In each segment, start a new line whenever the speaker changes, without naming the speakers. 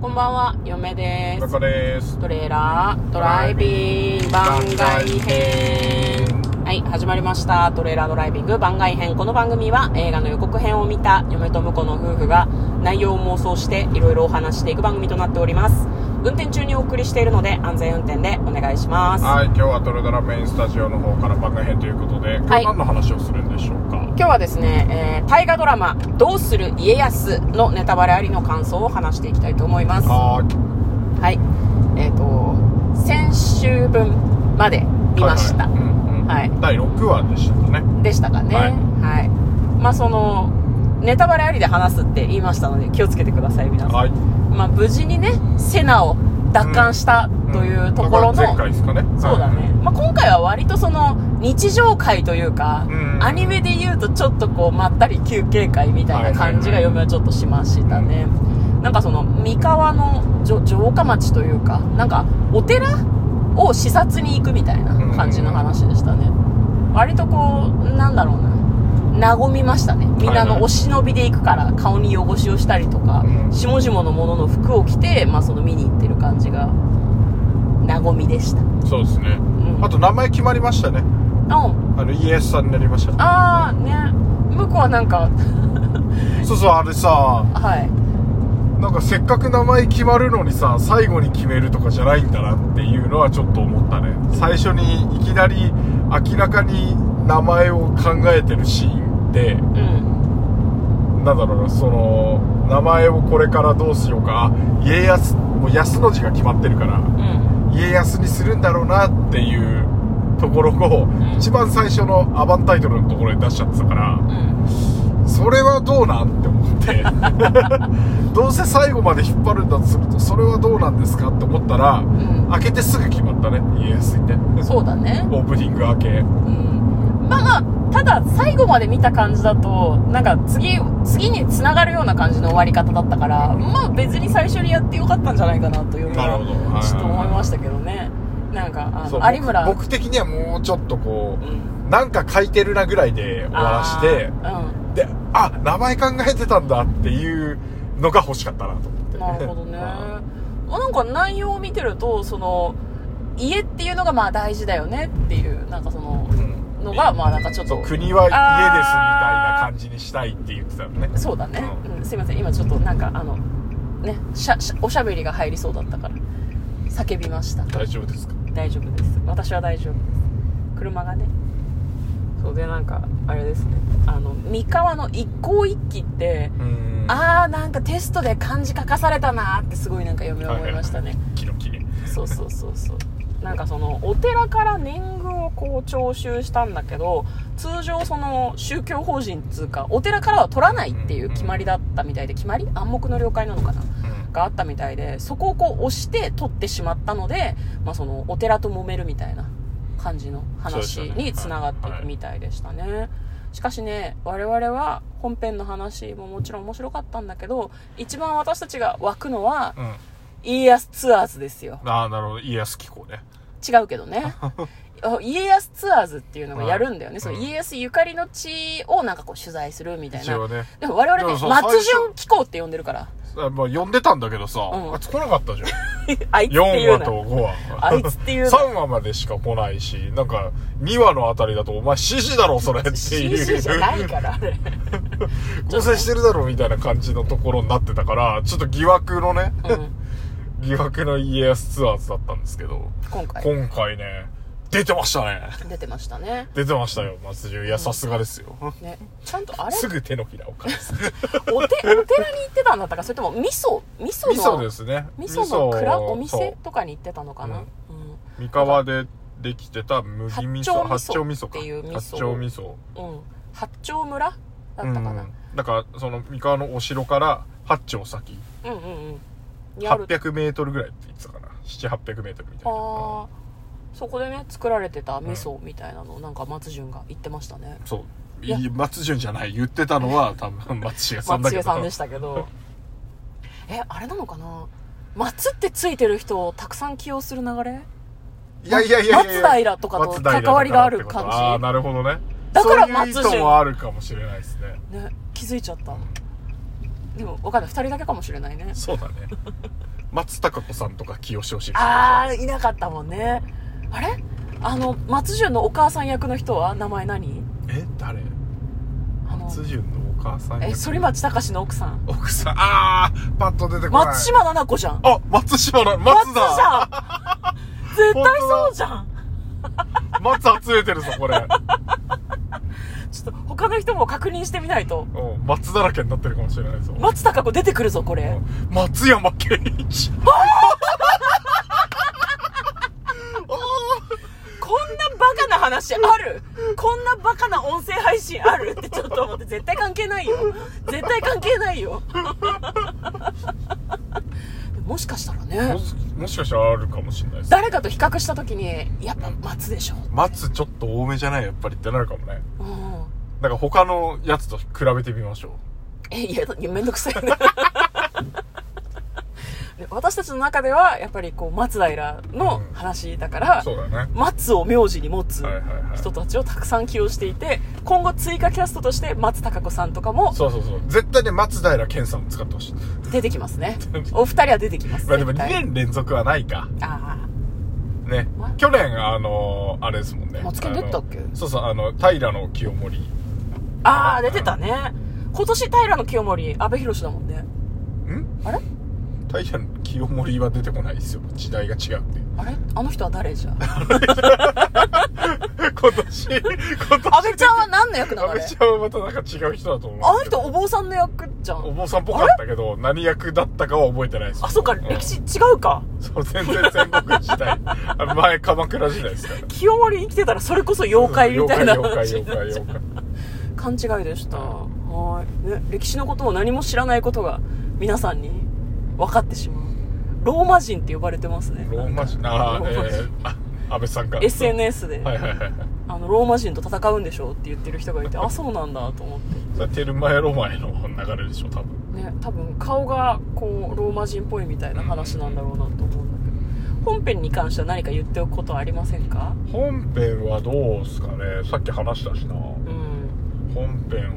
こんばんは、嫁で
こ
す。
こです
トレーラードライビング番外編。はい、始まりました。トレーラードライビング番外編。この番組は映画の予告編を見た嫁と婿の夫婦が内容を妄想していろいろお話していく番組となっております。運転中にお送りしているので安全運転でお願いします。
はい今日はトレドラメインスタジオの方から番外編ということで今
はい
日何の話をするんでしょうか、
今日はですね、えー大河ドラマ「どうする家康」のネタバレありの感想を話していきたいと思いますは
はい
えっ、と先週分まで見ました、
はいはいうんうん
はい
第6話でしたかね
でしたかねは
はい
い、まあそのネタバレありで話すって言いましたので気をつけてください皆さん、
はい
まあ、無事にね瀬名を奪還したというところの、
うん前回ですかね
そうだね、まあ、今回は割とその日常会というか、
うん
アニメで言うとちょっとこうまったり休憩会みたいな感じが
はいはいは
嫁
い
はちょっとしましたね、なんかその三河の城城下町というかなんかお寺を視察に行くみたいな感じの話でしたね、割とこうなんだろうな和みましたねみんなあ
はいは
の
い
お忍びで行くから顔に汚しをしたりとか、
うん
下々のものの服を着て、まあ、その見に行ってる感じが和みでした
うんそうですね
うん
あと名前決まりましたね
うん
あのイエスさんになりました
ああね向こうはなんか
そうそうあれさ
はい
なんかせっかく名前決まるのにさ最後に決めるとかじゃないんだなっていうのはちょっと思ったね最初にいきなり明らかに名前を考えてるシーンって
うん
なんだろうなその名前をこれからどうしようかあ家康もう康の字が決まってるから
うん
家康にするんだろうなっていうところを
ん
一番最初のアバンタイトルのところに出しちゃってたから
うん
それはどうなんって思って どうせ最後まで引っ張るんだとするとそれはどうなんですかって思ったら
うん
開けてすぐ決まったね家康って
そうだね
オープニング明け
うんまあまあただ最後まで見た感じだとなんか次次につながるような感じの終わり方だったからまあ別に最初にやってよかったんじゃないかなというの
なるほどはいはい
は
はい
ちょっと思いましたけどねなんかあ
そう
の有村
僕僕的にはもうちょっとこ
う
うんなんか書いてるなぐらいで終わらして
あー
であ名前考えてたんだっていうのが欲しかったなと思って
うんなるほどね
まあ
まあなんか内容を見てるとその家っていうのがまあ大事だよねっていうなんかその
うん
のがまあなんかちょっ
そ
と
う国は家ですみたいな感じにしたいって言ってたのね
そうだね、
う
うん、すいません今ちょっとなんかあのねしゃしゃおしゃべりが入りそうだったから叫びました
大丈夫ですか
大丈夫です私は大丈夫です車がねそうでなんかあれですねあの三河の一向一揆って、
うん
ああなんかテストで漢字書かされたなーってすごいなんか嫁は思いましたね、
キロキレ
そうそうそうそうなんかそのお寺から年貢をこう徴収したんだけど通常その宗教法人っつうかお寺からは取らないっていう決まりだったみたいで決まり暗黙の了解なのかながあったみたいでそこをこう押して取ってしまったので、まあ、そのお寺と揉めるみたいな感じの話
そうですよね
につながっていくみたいでしたね。しかしね我々は本編の話ももちろん面白かったんだけど一番私たちが湧くのは
うん、うん、
家康ツアーズですよ
ああなるほど家康機構ね
違うけど ねあ家康ツアーズっていうのがやるんだよね、
はい
その
うん
家康ゆかりの地をなんかこう取材するみたい
一
な
応ね
でも我々
で
ね
もそう
松
最
潤機構って呼んでるから
あまあ呼んでたんだけどさ、
うん
あいつ来なかったじゃん
あいつ って
4
いう
話
な
と5話
あいつっていうな
3話までしか来ないしなんか2話のあたりだとお前 CG だろそれっていう
CG じゃないからあれ
構成してるだろみたいな感じのところになってたから、ちょっと疑惑のね、
うん
疑惑の家康ツアーズだったんですけど、
今回
今回ね、出てましたね。
出てましたね
出てましたよ、松潤。いや、さすがですよ。
ねちゃんとあれ
すぐ手のひらを返す。
おてお寺に行ってたんだったかそれとも味噌味噌の
味噌ですね。
味噌の蔵
を
お店
そ
とかに行ってたのかな、
う
う
ん
ん
う三河でできてた麦味噌、
八
八
丁
丁
味
味
噌
噌
っていう味噌
か。八丁味噌。
うん八丁村だったか
うん
な、
だから、その三河のお城から八丁先、
うんうんうんにある
800メートルぐらいって言ってたかな。7、800メートルみたいな。
あーそこでね作られてた味噌みたいなのをなんか松潤が言ってましたね
そう
いや
い松潤じゃない言ってたのは多分松重さんだ
松
け
重
ど
さんでしたけどえあれなのかな松ってついてる人をたくさん起用する流れ
いやいやいやいやいや
松平とかと
松平だから
関わりがある
ってこと
感じ
ああなるほどね
だから
そういう意図
松潤
もあるかもしれないですね
ね気づいちゃったでも分かんない2人だけかもしれないね
そうだね松たか子さんとか清志郎氏
あーいなかったもんねあれあの松潤のお母さん役の人は名前何
え誰
あの
松潤のお母さん
え
役
反町隆史の奥さん
奥さんあーパッと出てこない
松島菜々子じゃん
あ松島だ松
松じ
だ
ゃん絶対そうじゃん
松集めてるぞこれ
ちょっと他の人も確認してみないと
うん松だらけになってるかもしれないぞ
松たか子出てくるぞこれ
松山ケンイ チ
こんなバカな話あるこんなバカな音声配信あるってちょっと思って絶対関係ないよ絶対関係ないよ もしかしたら
も
ね
しもしかしたらあるかもしれないです
誰かと比較した時にやっぱ松でしょ、
松ちょっと多めじゃないやっぱりってなるかもね
うん、
なんか他のやつと比べてみましょう
えいやいやめんどくさい ねで私たちの中ではやっぱりこう松平の話だから、
そうだね
松を名字に持つ
はいはいはい
人たちをたくさん起用していて今後追加キャストとして松たか子さんとかも
そうそうそう絶対ね松平健さんを使ってほしい
出てきます ねお二人は出てきます
まあでも
絶
2
対
年連続はないか
あ
ね
わ
去年あのあれですもんね
マツケン出てたっけ
あのそうそうあの平の清盛ん
あああ出てたね今年平野清盛阿部寛だもんねあれ
平の清盛は出てこないですよ時代が違うって
あれあの人は誰じゃあ
今年今年
阿部ちゃんは何の役なの
阿
あ
部
れ
ちゃんはまたなんか違う人だと思う
あ
ん
の
ですけ
人
ど
お坊さんの役じゃん
お坊さんっぽかったけど何役だったかは覚えてないです
あ、そっか、
ん
歴史違うか。
そう全然戦国時代あの前鎌倉時代ですから
清盛生きてたらそれこそ妖怪みたいな
妖怪
話
妖
にな
怪
っちゃ
妖
う
怪妖
勘違いでした。はい。ね、歴史のことを何も知らないことが皆さんに分かってしまう。ローマ人って呼ばれてますね。
怪ローマ字あ
ロ
ーえ
ーマ字
ーあ安倍さんから
SNS で、
はいはいはいはい
あの、ローマ人と戦うんでしょうって言ってる人がい て、あ、そうなんだと思って。
それテルマエロマエの流れでしょ多分
ね、多分顔がこう、ローマ人っぽいみたいな話なんだろうなと思うんだけど。本編に関しては何か言っておくことはありませんか
本編はどうすかねさっき話したしな
うん。
本編本編本編本編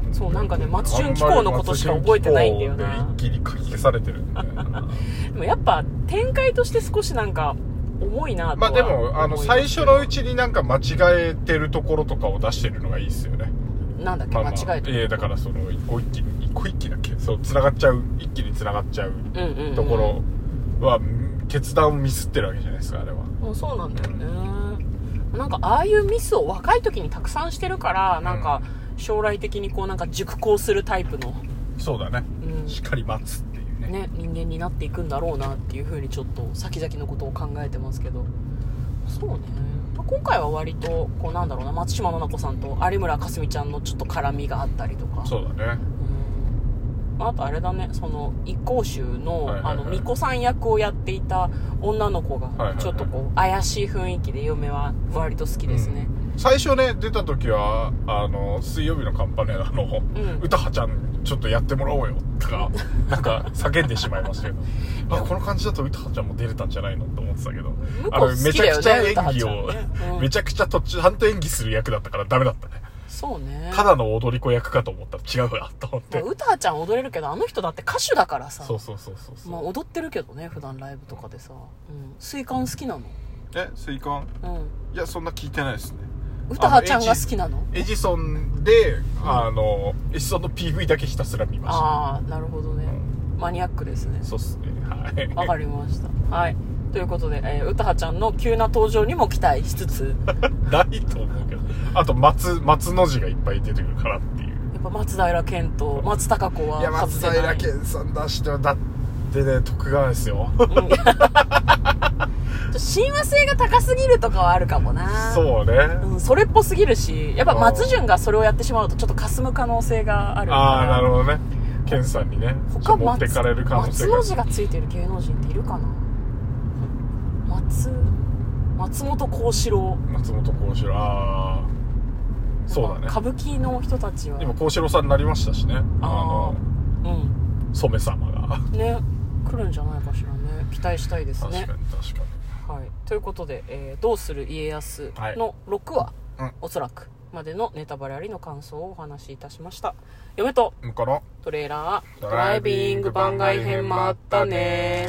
本編
そうなんかね松潤紀行のことしか覚えてないんだよな
あまり松潤紀行で一気に書き消されてるんだよな
でもやっぱ展開として少しなんか重いなと
ま
は思
あ
い
で
ますけど
もあの最初のうちになんか間違えてるところとかを出してるのがいいですよね
なんだっけ
まあまあ
間違えて
ええだからその一個一気に一個一気だっけそう繋がっちゃう一気に繋がっちゃう
うんうんうん
ところは、決断をミスってるわけじゃないですかあれは
うんそうなんだよねなんかああいうミスを若い時にたくさんしてるからなんか将来的にこうなんか熟考するタイプの、
そうだね
うん
しっかり待つっていうね
ね、人間になっていくんだろうなっていうふうにちょっと先々のことを考えてますけどそうねまあ今回は割とこうなんだろうな松島菜々子さんと有村架純ちゃんのちょっと絡みがあったりとか
そうだね
うんあとあれだねその一向宗の、
はいはいはい
あの巫女さん役をやっていた女の子
いはい
が
はい
ちょっとこう、怪しい雰囲気で嫁は割と好きですね、
最初ね出た時はあの水曜日のカンパネラの、
ん
歌葉ちゃんちょっとやってもらおうよとかなんか叫んでしまいましたけ どあこの感じだと歌葉ちゃんも出れたんじゃないのと思ってたけど
向
あ
こう
の
好
め
き
ち
だ
ゃ
よ
く
ね
ちゃ演技
歌
を、
葉ちゃんねうん
めちゃくちゃ途中半と演技する役だったからダメだったね
そうね
ただの踊り子役かと思ったら違うわと思って
歌葉ちゃん踊れるけどあの人だって歌手だからさ
そうそうそうそうそう、
まあ、踊ってるけどね普段ライブとかでさ、うん、水管好きなの
えスイカン
うん
いやそんな聞いてないですね
歌葉ちゃんが好きなの
エジソンで、あのエジソンの PV だけひたすら見ました
ああなるほどねマニアックですね
そうっすね
わ
はい
かりましたはいということで、えー、歌葉ちゃんの急な登場にも期待しつつ
ないと思うけどあと松松の字がいっぱい出てくるからっていう
やっぱ松平健と松たか子は外せない
健さん出してはだってね徳川ですよ
うん親和性が高すぎるとかはあるかもな
そうね、
うん、それっぽすぎるしやっぱ松潤がそれをやってしまうとちょっと霞む可能性がある
ああなる
ほ
ほどね健さんにねちょ
他
っと持って
松
かれる可能性
松
が
の字がついてる芸能人っているかな松松本幸四郎
松本幸四郎ああそうだね
歌舞伎の人たちは
今幸四郎さんになりましたしねあ
あ
の
あうん
染様が
ね来るんじゃないかしらね期待したいです
確かに
ね
確か
はい、ということで、えーどうする家康」の6話、
うん
おそらくまでのネタバレありの感想をお話しいたしました嫁と
うんこの
トレーラード
ド
ラ
ラ
イ
イ
ビ
ビ
ン
ン
グ
グ
番
番
外
外
編
編
も
も
あ
あ
っ
ったた
ね
ね